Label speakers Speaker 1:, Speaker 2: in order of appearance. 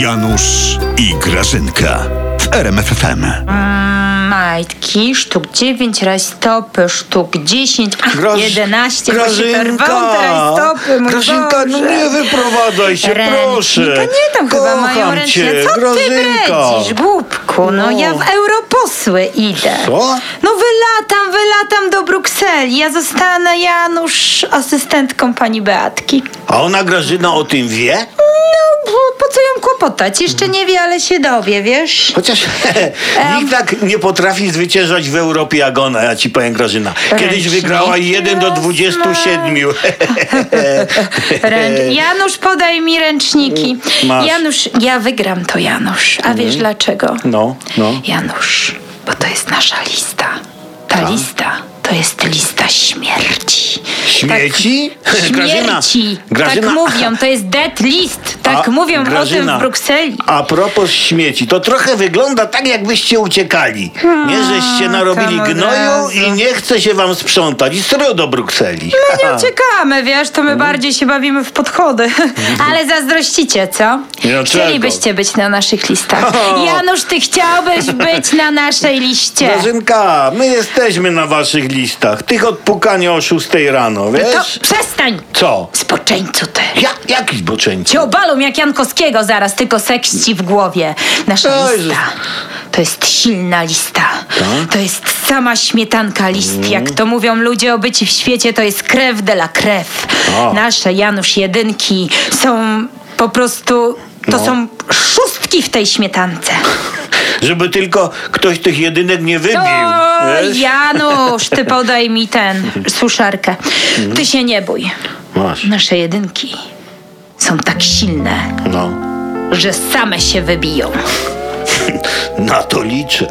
Speaker 1: Janusz i Grażynka w RMFFM.
Speaker 2: Majtki, sztuk 9, rajstopy, sztuk 10,
Speaker 3: Graż-
Speaker 2: 11, rajstopy, rajstopy, mój
Speaker 3: Grażynka, no
Speaker 2: Boże.
Speaker 3: nie wyprowadzaj się,
Speaker 2: Ręcznika,
Speaker 3: proszę.
Speaker 2: nie, tam chyba
Speaker 3: Kocham
Speaker 2: mają ręczne.
Speaker 3: cię,
Speaker 2: Co ty
Speaker 3: Grażynka.
Speaker 2: brecisz, głupku? No, ja w europosły idę.
Speaker 3: Co?
Speaker 2: No wylatam, wylatam do Brukseli. Ja zostanę, Janusz, asystentką pani Beatki.
Speaker 3: A ona, Grażyna, o tym wie?
Speaker 2: No, bo po co ją kłopotać? Jeszcze nie wie, ale się dowie, wiesz?
Speaker 3: Chociaż nikt tak nie potrafi zwyciężać w Europie jak ona, ja ci powiem Grażyna. Kiedyś
Speaker 2: Ręcznik
Speaker 3: wygrała 1 do
Speaker 2: jasny.
Speaker 3: 27.
Speaker 2: Ręcz... Janusz, podaj mi ręczniki.
Speaker 3: Masz. Mhm.
Speaker 2: Janusz, ja wygram to, Janusz. A wiesz dlaczego?
Speaker 3: No, no.
Speaker 2: Janusz, bo to jest nasza lista. Ta
Speaker 3: Tak.
Speaker 2: lista to jest lista śmierci.
Speaker 3: Śmieci?
Speaker 2: Tak, śmierci.
Speaker 3: Grażyna,
Speaker 2: Tak mówią, to jest dead list. Tak
Speaker 3: A,
Speaker 2: mówią o tym
Speaker 3: Grażyna,
Speaker 2: w Brukseli.
Speaker 3: A propos śmieci, to trochę wygląda tak, jakbyście uciekali. Nie, żeście narobili
Speaker 2: tam od
Speaker 3: gnoju
Speaker 2: razu.
Speaker 3: i nie chce się wam sprzątać. I stro do Brukseli.
Speaker 2: No Nie uciekamy, wiesz, to my
Speaker 3: Mhm.
Speaker 2: bardziej się bawimy w podchody. Ale zazdrościcie, co?
Speaker 3: Nie,
Speaker 2: Chcielibyście być na naszych listach.
Speaker 3: O.
Speaker 2: Janusz, ty chciałbyś być na naszej liście.
Speaker 3: Grażynka, my jesteśmy na waszych listach. Tych odpukania o 6 rano,
Speaker 2: No To
Speaker 3: wiesz?
Speaker 2: przestań!
Speaker 3: Co?
Speaker 2: Spoczęcu ty!
Speaker 3: Ja, jakiś boczeńczy.
Speaker 2: Cię obalą jak Jankowskiego zaraz, tylko sekści w głowie. Nasza
Speaker 3: Oj,
Speaker 2: lista to jest silna lista. To jest sama śmietanka list.
Speaker 3: Mm.
Speaker 2: Jak to mówią ludzie obyci w świecie, to jest krew de la krew.
Speaker 3: O.
Speaker 2: Nasze Janusz Jedynki są po prostu... To
Speaker 3: No.
Speaker 2: są szóstki w tej śmietance.
Speaker 3: Żeby tylko ktoś tych jedynek nie wybił.
Speaker 2: O,
Speaker 3: wiesz?
Speaker 2: Janusz, ty podaj mi ten suszarkę. Ty się nie bój.
Speaker 3: Masz.
Speaker 2: Nasze jedynki są tak silne,
Speaker 3: No.
Speaker 2: że same się wybiją.
Speaker 3: Na to liczę.